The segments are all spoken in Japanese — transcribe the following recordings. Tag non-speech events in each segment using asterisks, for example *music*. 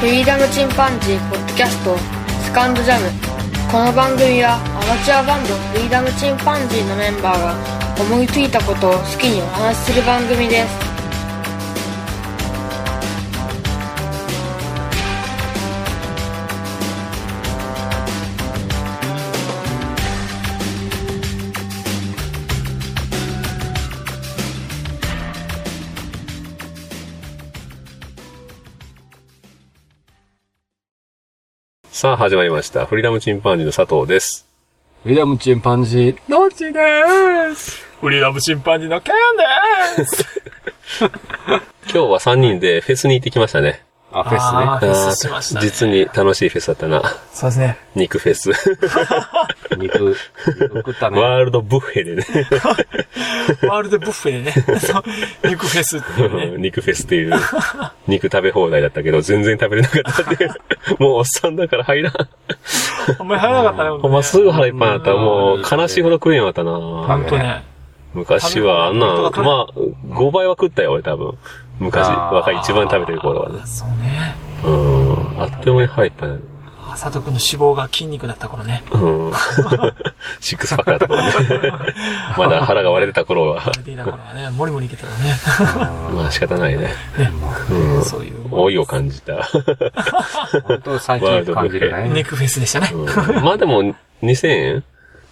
フリーダムチンパンジーポッドキャストスカンドジャムこの番組はアマチュアバンドフリーダムチンパンジーのメンバーが思いついたことを好きにお話しする番組ですさあ、始まりました。フリーダムチンパンジーの佐藤です。フリーダムチンパンジー、ロッチでーす。フリーダムチンパンジーのケンでーす。今日は3人でフェスに行ってきましたね。あ、フェフェスあーしましたね実に楽しいフェスだったな。そうですね。肉フェ *laughs* ス。スね。肉、肉食ったね。ワールドブッフェ *laughs* でね、ワールドブッフェで *laughs* ね、そう肉フェスっていうね。肉フェスっていう、肉食べ放題だったけど、全然食べれなかったっていう。 *laughs* もうおっさんだから入らん。あんまり入らなかったね、ほんほとんねますぐ腹いっぱいになった。もう悲しいほど食えんわったほな。んとね。昔はあんな、まあ、5倍は食ったよ、俺多分。昔、あー若い一番食べてる頃はねあ。そうね。うん。あっという間に入ったね。あ佐藤くんの脂肪が筋肉だった頃ね。うん。シックスパックだったもんね。 *laughs* まだ腹が割れてた頃は、出ていた頃はね、もりもりいけたらね。まあ仕方ないね。そういう。老いを感じた。本当最近感じるね。肉フェスでしたね。うんまあでも、2000円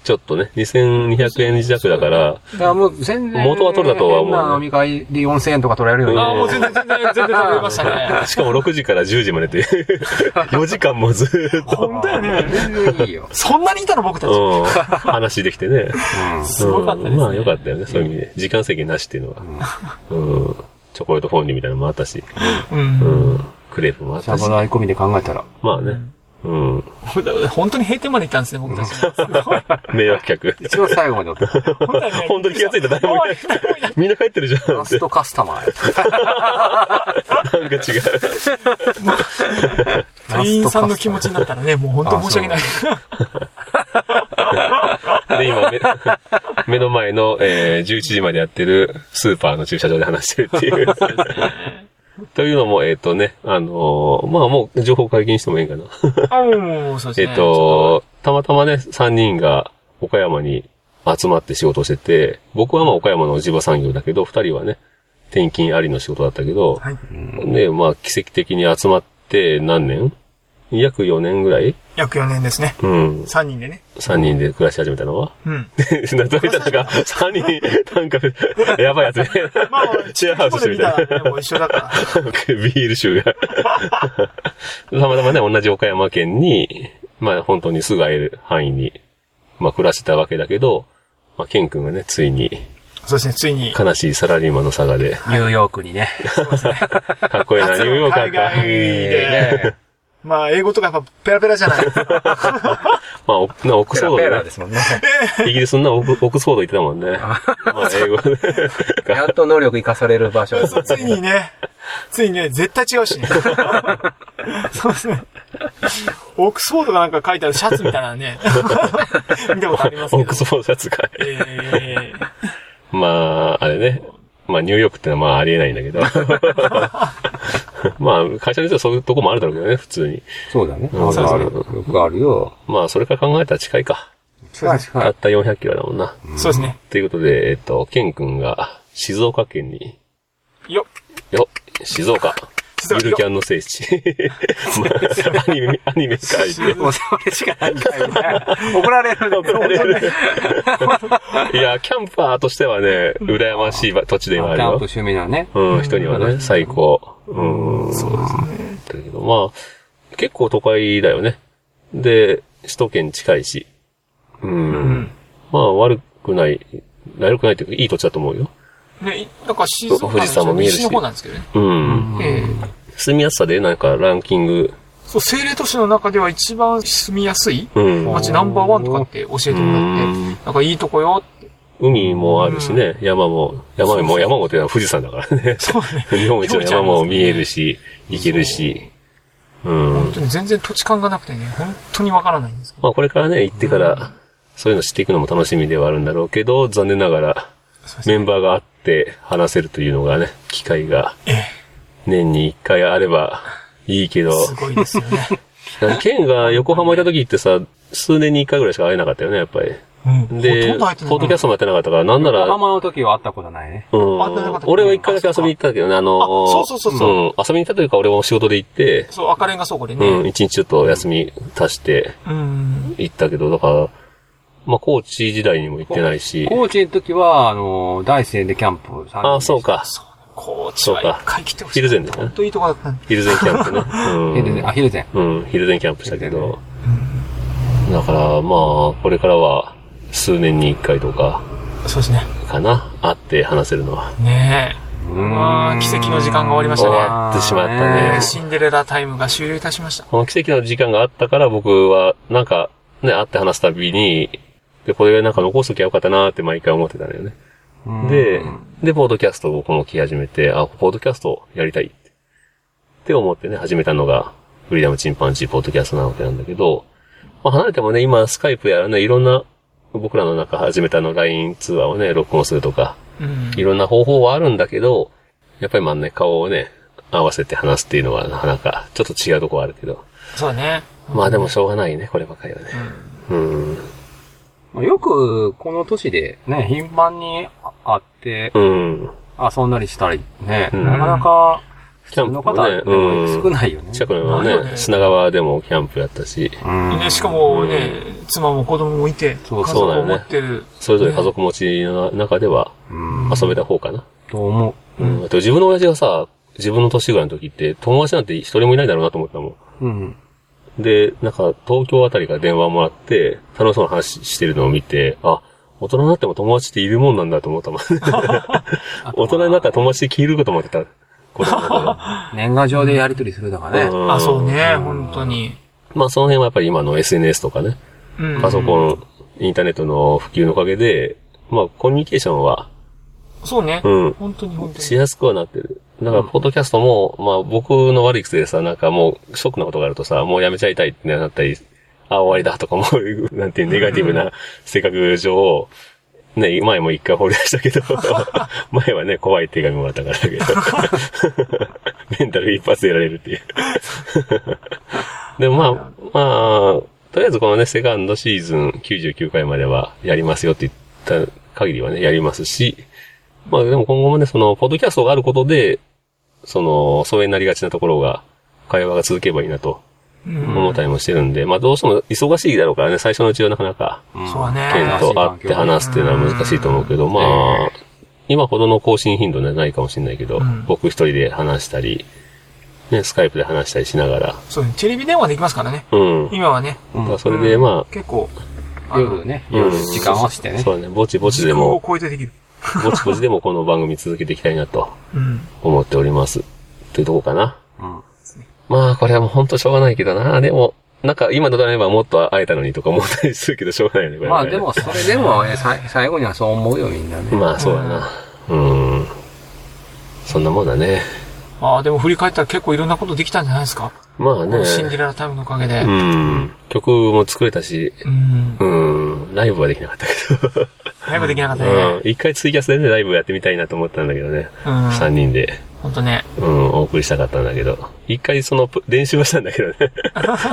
ちょっとね、2200円弱だから、だからもう全然、元は取れたとは思うね変な飲み会で4000円とか取られるうんよああ、ね。もう全然、全然、全然食べましたね。しかも6時から10時までっていう、4時間もずーっと、 *laughs* ほんとやね。全然いいよ。そんなにいたの僕たち。うん、話できてね。すごかったですうんね。まあよかったよね、そういう意味で。時間制限なしっていうのは。うん。チョコレートフォンデュみたいなのもあったし、うん。うん。クレープもあっシャたしバ。ダイ込みで考えたら。まあね。うん。 *laughs* 本当に閉店まで行ったんですね、僕たちね。すごい。迷惑客。一応最後まで取った。本当にね本当に気がついた誰もいない。 *laughs* みんな帰ってるじゃんラっスて。トカスタマーやった。なんか違う。店員さんの気持ちになったらね、もう本当申し訳ない。で、今目、 *laughs* 目の前の、えー、11時までやってるスーパーの駐車場で話してるっていう。というのも、えっ、とね、あのーまあもう情報解禁してもいいかな。 *laughs* あ、もう、そうですえね。っと、たまたまね、3人が岡山に集まって仕事をしてて、僕はまあ岡山の地場産業だけど、2人はね、転勤ありの仕事だったけど、はい。ね、まあ奇跡的に集まって何年約4年ぐらい約4年ですね。うん。 3人でね。 3人で暮らし始めたの *laughs* はうん。なぞいたのが、3人、なんか、やばいやつね。まあ、シェアハウスみたい地方で見らねもう一緒 *laughs* だから。ビール臭が。たまたまね、同じ岡山県に、まあ本当にすぐ会える範囲に、まあ暮らしてたわけだけど、まあケン君がね、ついに、そうですね、ついに。悲しいサラリーマンの佐賀で、ニューヨークにね。かっこいいな、ニューヨーカーか。海外でまあ、英語とかやっぱペラペラじ *laughs* ゃない。まあ、オッなオックペスフラォペードラねで。すもんね。イギリスのなオックオックスフォード行ってたもんね。まあ、英語で。やっと能力生かされる場所ですそうついにね、ついにね、絶対違 *laughs* うしね。そうですね。オックスフォードがなんか書いてあるシャツみたいな *laughs* のね。見たことありますオッけどク。スフォードシャツか。ええまあ、あれね。まあ、ニューヨークってのはまあ、ありえないんだ *laughs* けど。まあ、会社の人はそういうとこもあるだろうけどね、普通に。そうだね。んあるある。よくあるよ。まあ、それから考えたら近いか。近い近たいっ。た400キロだもんな。そうですね。ということで、えっと、ケン君が静岡県に、よよっ、静岡。静ゆ岡るキャンの聖地。 *laughs* まあ、アニメ、アニメ界で。 *laughs* もうそれしかないんだよね。 *laughs* 怒られるんだよ。いや、キャンパーとしてはね、羨ましい土地ではあキるャンプよ。趣味なね。うん、人にはね、最高。うん。そうですね。だけど、まあ、結構都会だよね。で、首都圏近いし。うん。まあ、悪くない、悪くないというか、いい土地だと思うよ。う。ね、なんか静岡の富士山も見えるし西の方なんですけどね。うん。ええ住みやすさでなんかランキング、そう、政令都市の中では一番住みやすいうん。街ナンバーワンとかって教えてもらって、なんかいいとこよって。海もあるしね、山も、山も、山もっていうのは富士山だから *laughs* ね。そうね。日本一の山も見えるし、行けるし。うん。本当に全然土地勘がなくてね、本当にわからないんですけまあこれからね、行ってから、そういうの知っていくのも楽しみではあるんだろうけど、残念ながら、ど。メンバーがあって話せるというのがね、機会がええ、年に一回あればいいけど、すごいですよね。 *laughs* ケンが横浜いた時ってさ、数年に一回ぐらいしか会えなかったよね、やっぱり。うん。で、ほとんポど入ッってドキャストもやってなかったから、なんなら、浜の時は会ったことないね。うんあなるほど俺は一回だけ遊びに行ったけどね、あのーあそうそうそうそうん遊びに行ったというか、俺も仕事で行って、そう、赤レンガ倉庫でうん、ね。一日ちょっと休み足してうん。行ったけど、だから、まあ、高知時代にも行ってないし、高知の時は、あの、大自然でキャンプ。あ、そう。か、そう。高知は一回来てほしい。そうか昼前だよねほんといいとこだったんでヒルゼンキャンプ *laughs* ね。ヒルゼン、あ、ヒルゼン。うん、うん、ヒルゼンキャンプしたけヒルゼンど、だから、まあ、これからは、数年に一回とか、そうですね。かな、会って話せるのは。ねうえ。まあ、奇跡の時間が終わりまし終たね。わってしまったあねー。シンデレラタイムが終了いたしました。この奇跡の時間があったから僕は、なんか、ね、会って話すたびに、で、これなんか残しときゃよかったなーって毎回思ってたんだよね。うんで、で、ポードキャストを僕も聞き始めて、あ、ポードキャストやりたいって。って思ってね、始めたのが、フリーダムチンパンジーポードキャストなわけなんだけど、まあ離れてもね、今スカイプやらね、いろんな、僕らの中始めたあの LINE 通話をね、録音するとか、うん。いろんな方法はあるんだけど、やっぱりまあね、顔をね、合わせて話すっていうのはなかなか、ちょっと違うとこはあるけど。そうだね。まあでもしょうがないね、こればかりはね。うん。まあよく、この年で、ね、頻繁に会って、うん。遊んだりしたり、ね、うんなかなか、普キャ通ンのプ方、もねね、うん少ないよね。近くのないよね、ね砂川でもキャンプやったし、うんね、しかもね、妻も子供もいて、家そう族そうだをよね持ってる。それぞれ家族持ちの中ではうん遊べた方かな。と思う。うん。あと自分の親父がさ、自分の年ぐらいの時って、友達なんて一人もいないだろうなと思ったもうん。ん。で、なんか東京あたりから電話もらって、楽しそうな話してるのを見て、あ、大人になっても友達っているもんなんだと思ったもん。大人になったら友達って消えるかと思ってた。子供の頃年賀状でやりとりするとか *laughs* ね。うんあ、そうね、本当に。まあその辺はやっぱり今の SNS とかね、うん。パソコン、インターネットの普及のおかげで、まあ、コミュニケーションは、そうね。うん、本当に本当しに。やすくはなってる。だから、ポッドキャストも、まあ、僕の悪い癖でさ、なんかもう、ショックなことがあるとさ、もうやめちゃいたいってなったり、あ、終わりだとかも *laughs* う、なんていうネガティブな性格上、ね、前も一回掘り出した *laughs* けど、前はね、怖い手紙もらったからだけど、メンタル一発でやられるって *laughs* いう。でもまあ、まあ、とりあえずこのね、セカンドシーズン99回まではやりますよって言った限りはね、やりますし、まあでも今後もね、その、ポッドキャストがあることで、その、疎遠になりがちなところが、会話が続けばいいなとうん。思ったりもしてるんで、まあどうしても忙しいだろうからね、最初のうちはなかなか、んそうだ県ね。と会って話すっていうのは難しいと思うけど、まあ、今ほどの更新頻度はないかもしれないけど、うん僕一人で話したり、ね、スカイプで話したりしながら、そうね。テレビ電話できますからね。うん。今はね。だからそれでま結構、うん夜ね、うん夜時間をしてあ、ね。そうだね、ぼちぼち時で空をも、超えてできる。ぼちぼちでもこの番組続けていきたいなとうん。思っております。というとこかな。うんまあ、これはもうほんとしょうがないけどな。でも、なんか今となればもっと会えたのにとか思ったりするけどしょうがないよね、これまはあねで。も、それでも、えさい最後にはそう思うよ、みんなね。まあ、そうだな。うん。そんなもんだね。ああ、でも振り返ったら結構いろんなことできたんじゃないですか。まあこのシンね。デレラタイムのおかげで。うん。曲も作れたし、うん。うん。ライブはできなかったけど。ライブできなかったうんね。。一回ツイキャスでね、ライブやってみたいなと思ったんだけどね。うん。三人で、ほんとね。うん、お送りしたかったんだけど。一回その、練習はしたんだけどね。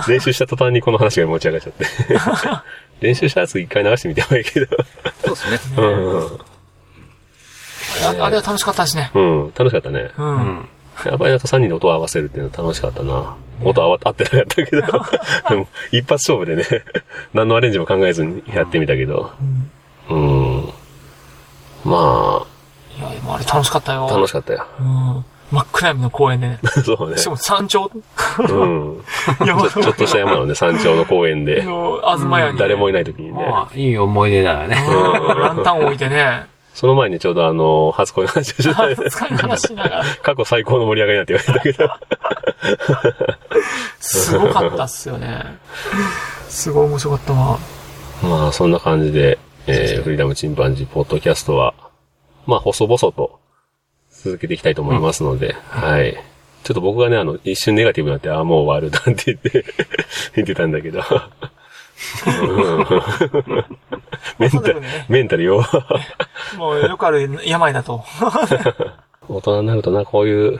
練習した途端にこの話が持ち上がっちゃって。練習したやつ一回流してみてもいいけど。そうですね。うん。ああれは楽しかったですね。うん、楽しかったね。う。うんん。やっぱりなんか3人で音を合わせるっていうのは楽しかったな。音合わ合ってなかったけど、でも一発勝負でね、 *laughs* 何のアレンジも考えずにやってみたけど、うん。まいや、でもあれ楽しかったよ。あ、楽しかったよ。うん。真っ暗闇の公園でね。そうねし。かも山頂うん。山ちょっとした山のね、山頂の公園で、の、あずまやに。誰もいない時にね。まあ、いい思い出だよね。うんランタンを置いてね。その前にちょうどあの、初恋の話をしてたね使い話しながら。過去最高の盛り上がりなんて言われたけすごかったっすよね。すごい面白かったわ。ど。まあ、そんな感じで、えー、フリーダムチンパンジーポッドキャストは、まあ、細々と続けていきたいと思いますので、はい。ちょっと僕がね、あの、一瞬ネガティブになって、ああ、もう終わるなんて言って、 *laughs* 言ってたんだけど。うんメンそうタだよルね、メンタルよ。もうよくある病だと。 *laughs* 大人になるとな、こういう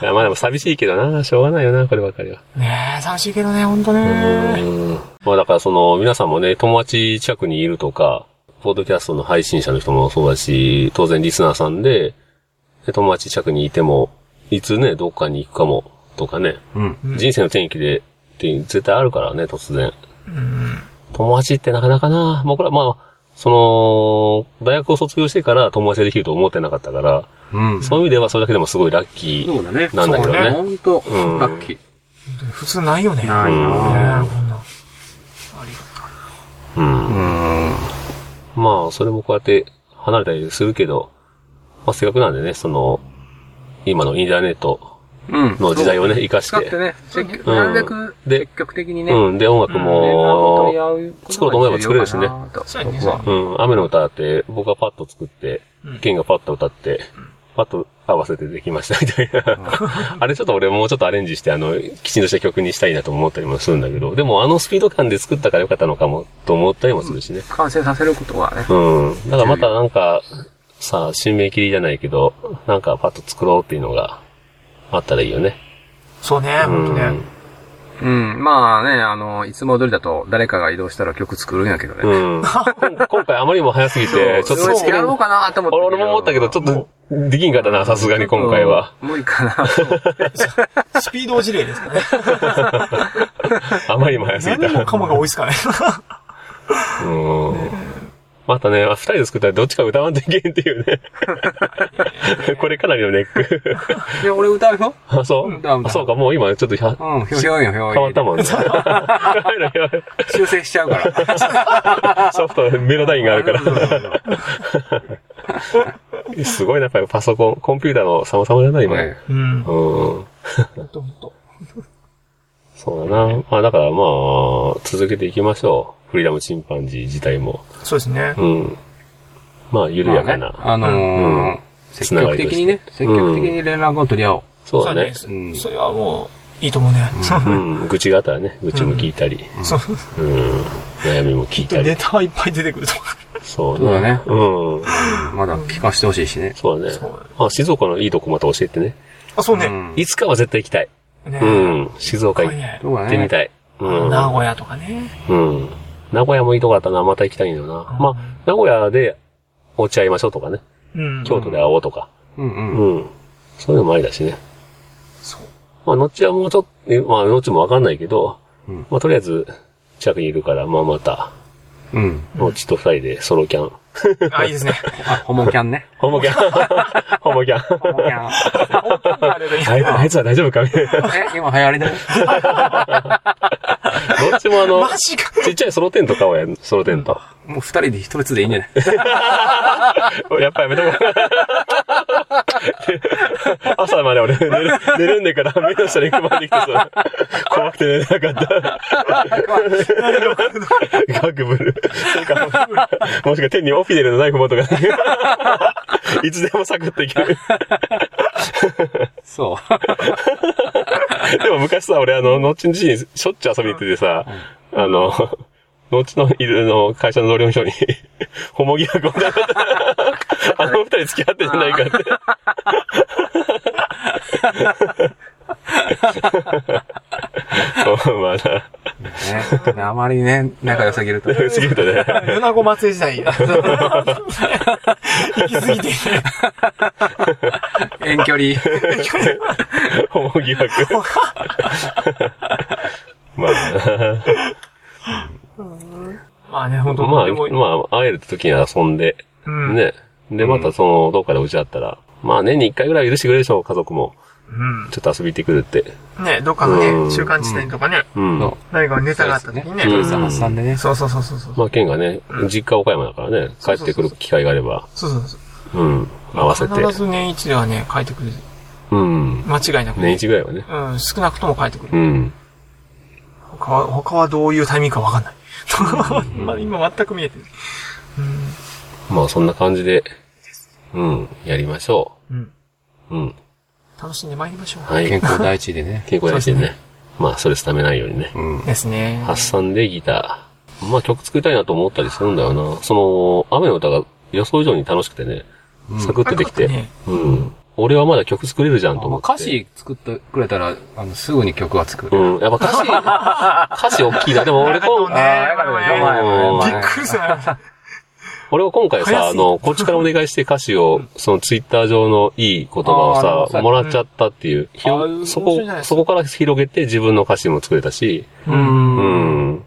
いやまあでも寂しいけどな、しょうがないよな、こればかりは。ねえ、寂しいけどね、ほんとうね。ん。まあだからその、皆さんもね、友達近くにいるとか、ポッドキャストの配信者の人もそうだし、当然リスナーさんで、で友達近くにいても、いつね、どっかに行くかも、とかね。うん。うん人生の転機で、って絶対あるからね、突然。友達ってなかなかな、僕ら、まあ、その、大学を卒業してから友達ができると思ってなかったから、うん。そういう意味ではそれだけでもすごいラッキー。そうだね。なんだけどねそうほんと、うんラッキー。普通ないよね。ねないえこんなぁなうんうん。まあ、それもこうやって離れたりするけど、まあ、せっかくなんでね、その、今のインターネットうん。の時代をね、活かし、使っててね、積極うんなるべくで積極的にね、うん、で、音楽連絡を取りも、合うことが作ろうと思えば作れるしね重要かなとそうやね僕は。うん、雨の歌だって、僕がパッと作ってうん、ケンがパッと歌って、パッと合わせてできましたみたい *laughs* な。あれちょっと俺もうちょっとアレンジして、あの、きちんとした曲にしたいなと思ったりもするんだけど、でもあのスピード感で作ったからよかったのかも、と思ったりもするしね。完成させることがね、うん。だからまたなんか、さあ、締め切りじゃないけど、なんかパッと作ろうっていうのがあったらいいよね。そうね、うほんとねん。。うん。まあね、あの、いつも通りだと誰かが移動したら曲作るんやけどうね。ん。 *laughs* 今今回あまりにも早すぎて、ちょっそとう作れやんろうかなと思って。俺も思ったけど、ちょっとできんかったな、さすがに今回は。うん。無理か *laughs* なと思って。スピード事例ですかね。 *laughs* あまりにも早すぎた。何もかもが多いですかね。 *laughs* うん。またね、あ二人で作ったらどっちか歌わんといけんっていうね。これかなりのネック。いや、俺歌うよ。あ、そううん歌う歌うあそうか、もう今ちょっとひゃうん、ひょひょいよ、ひょい。変わったもんね。 *laughs* 修正しちゃうから。ソフト、メロダインがあるから。すごいな、やっぱりパソコン、コンピューターの様々だな、今。ねうん。ほうん。んとほんと。そうだな。まあだからまあ、続けていきましょう。フリーダムチンパンジー自体も。そうですね。うん。まあ、緩やかな。あのうー、積極的にね、積極的に連絡を取り合おう。そうだね。そううねねそれはもう、いいと思うね。うん。愚痴があったらね、愚痴も聞いたり、 *laughs* そう。うん。悩みも聞いたネり。タはいっぱい出てくると思そうそうだねうん。まだ聞かしてほしいしね。そうだねそうだね。まあ、静岡のいいとこまた教えてね。う。あ、そううね。ん。いつかは絶対行きたい。ねうん。静岡行これねそうっだてみね。たい。うん。名古屋とかね。うん。名古屋もいいとこだったな、また行きたいんだよな。まあ、名古屋で落ち合いましょうとかね。うん。京都で会おうとか。うんう。うんん。そういうのもありだしね。そう。まあ、のっちはもうちょっとえ、まあ、のっちもわかんないけど、うんまあ、とりあえず、近くにいるから、まあ、また、うん。のっちと二人でソロキャン。あ、いいですね。あ、ホモキャンね。ホモキャン *laughs* ホモキャンホモキャン。あれでいいあいつあいつは大丈夫かみたいな。え、今流行りだよ。 *laughs* どっちも *laughs* あのマ、ジか。ちっちゃいソロテント買おうや、ソロテント。もう二人で一つでいいんじゃない *laughs* やっぱやめとこう。 *laughs* 朝まで俺寝る、寝るんでから目の下に熊まできてさ、怖くて寝れなかった。ガクブル。それかもしくは手にオフィデルのナイフ持とか、いつでもサクッといける。そう。 *laughs* でも昔さ、俺あの、後の家にしょっちゅう遊びに行っててさ、あの、 *laughs* 後のいるの会社の同僚の人に、 *laughs* ホモギアゴだ。あの二人付き合ってんじゃないかって。 *laughs* そうまあな、ね、あまりね、仲良すぎると。すぎるとね。 *laughs* 米子松江時 *laughs* 代。行き過ぎて。遠距離。ホモ疑惑。 *laughs* まあまあね、本な、当までもあ、まあ、会える時には遊んで、うん。ね。で、またその、どっかで落ち合ったら、まあ年に一回ぐらい許してくれるでしょう、家族も。うん。ちょっと遊び行ってくるって。ね、どっかのね、中間地点とかね、うん。そ何かネタがあった時にね。う。さん挟んでね。そうそうそうそう。そうまあ、県がね、実家岡山だからね、帰ってくる機会があれば、そうそうそう。うん、合わせて。必ず年一ではね、書いてくる。うん。間違いなく。年一ぐらいはね。うん、少なくとも書いてくる。うん。他は、他はどういうタイミングかわかんない。 *laughs* まあ今全く見えてる。まあ、そんな感じで、うん、やりましょうん。う。うん。楽しんで参りましょはい。健健康第一でね。康大事でね。まあ、ストレス溜めないようにね。うんう。。ですね。発散でギター。まあ、曲作りたいなと思ったりするんだよな。その、雨の歌が予想以上に楽しくてね、サクッとできて。あよかったうねん。俺はまだ曲作れるじゃんと思まっあて。歌詞作ってくれたら、あの、すぐに曲は作る。うん。やっぱ歌詞、歌詞大きいな。でも俺今あ回、あ、よかったですよ、前うんもびねっくりするな。俺は今回早すさ、ぎあるの、こっちからお願いして歌詞を、そのツイッター上のいい言あーなる葉ほをどさ、もらっちゃったっていう。ひあろーそ面白いこじゃないで、すかそこから広げて自分の歌詞も作れたし、うん。うん。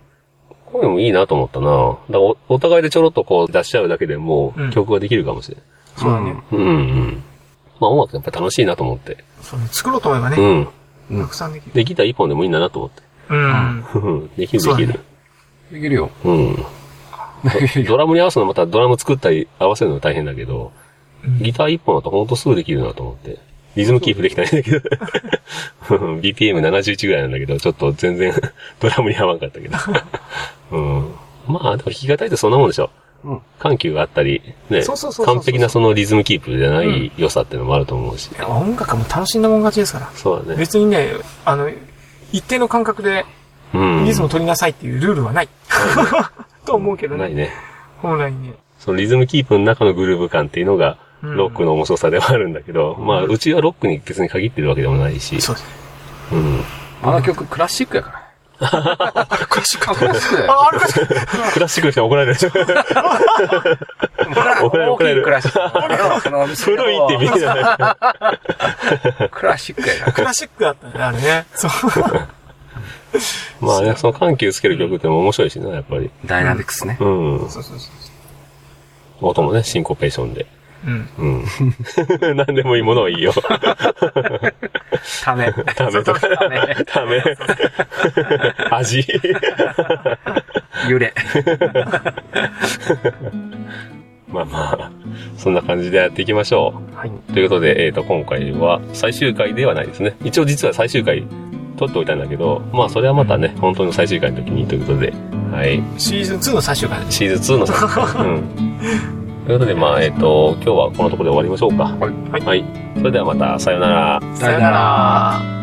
こういうのもいいなと思ったな。だからおお互いでちょろっとこう出し合うだけでもうんう曲ができるかもしれない。そうだね。うんうん。まあ音楽やっぱ楽しいなと思って。そうね。作ろうと思えばうね、ん。たくさんできる。できた一本でもいいんだなと思って。うん。うんできるそうでだきねる。できるよ。うん。できるよ。ドラムに合わせるのまたドラム作ったり合わせるのが大変だけど、ギター一本だとほんとすぐできるなと思って。リズムキープできたらいいんだけど。BPM71 *laughs* ぐらいなんだけど、ちょっと全然 *laughs* ドラムに合わんかったけど。 *laughs* うん、まあ、でも弾き語りってそんなもんでしょ。うん緩急があったり、ねそうそうそうそう、そう完璧なそのリズムキープじゃない良さってのもあると思うし。いや音楽も楽しんだもん勝ちですから。そうだね。別にね、あの、一定の感覚でうん。リズムを取りなさいっていうルールはない。 *laughs* と思うけどないね。ね。本来ね。そのリズムキープの中のグルーヴ感っていうのが、うんロックの面白さではあるんだけど、まあ、うちはロックに別に限ってるわけでもないし。そうです。うん。あの曲、クラシックやから。クラシック。あクラシックだよ。あ、あれかしら。クラシックの人は怒られるでしょ怒られる怒られる大きいクラシック。その古いって見えない。クラシックやから。クラシックだったね、あれね。そう。まあね、その緩急つける曲っても面白いしな、やっぱり。ダイナミクスね。うん。そうそうそう。音もね、シンコペーションで。うん。うん。 *laughs* 何でもいいものはいいよ。ため。ためとか。ため。ため。 *laughs* 味。揺れ。まあまあ、そんな感じでやっていきましょう。はい。ということで、えっ、と、今回は最終回ではないですね。一応実は最終回撮っておいたんだけど、まあそれはまたね、本当の最終回の時にということで、はい。シーズン2の最終回です。シーズン2の最 *laughs* 終回。うん。ということで、まあ、えっ、と、今日はこのところで終わりましょうか。はいはい。それではまた、さようなら。さよなら。ら。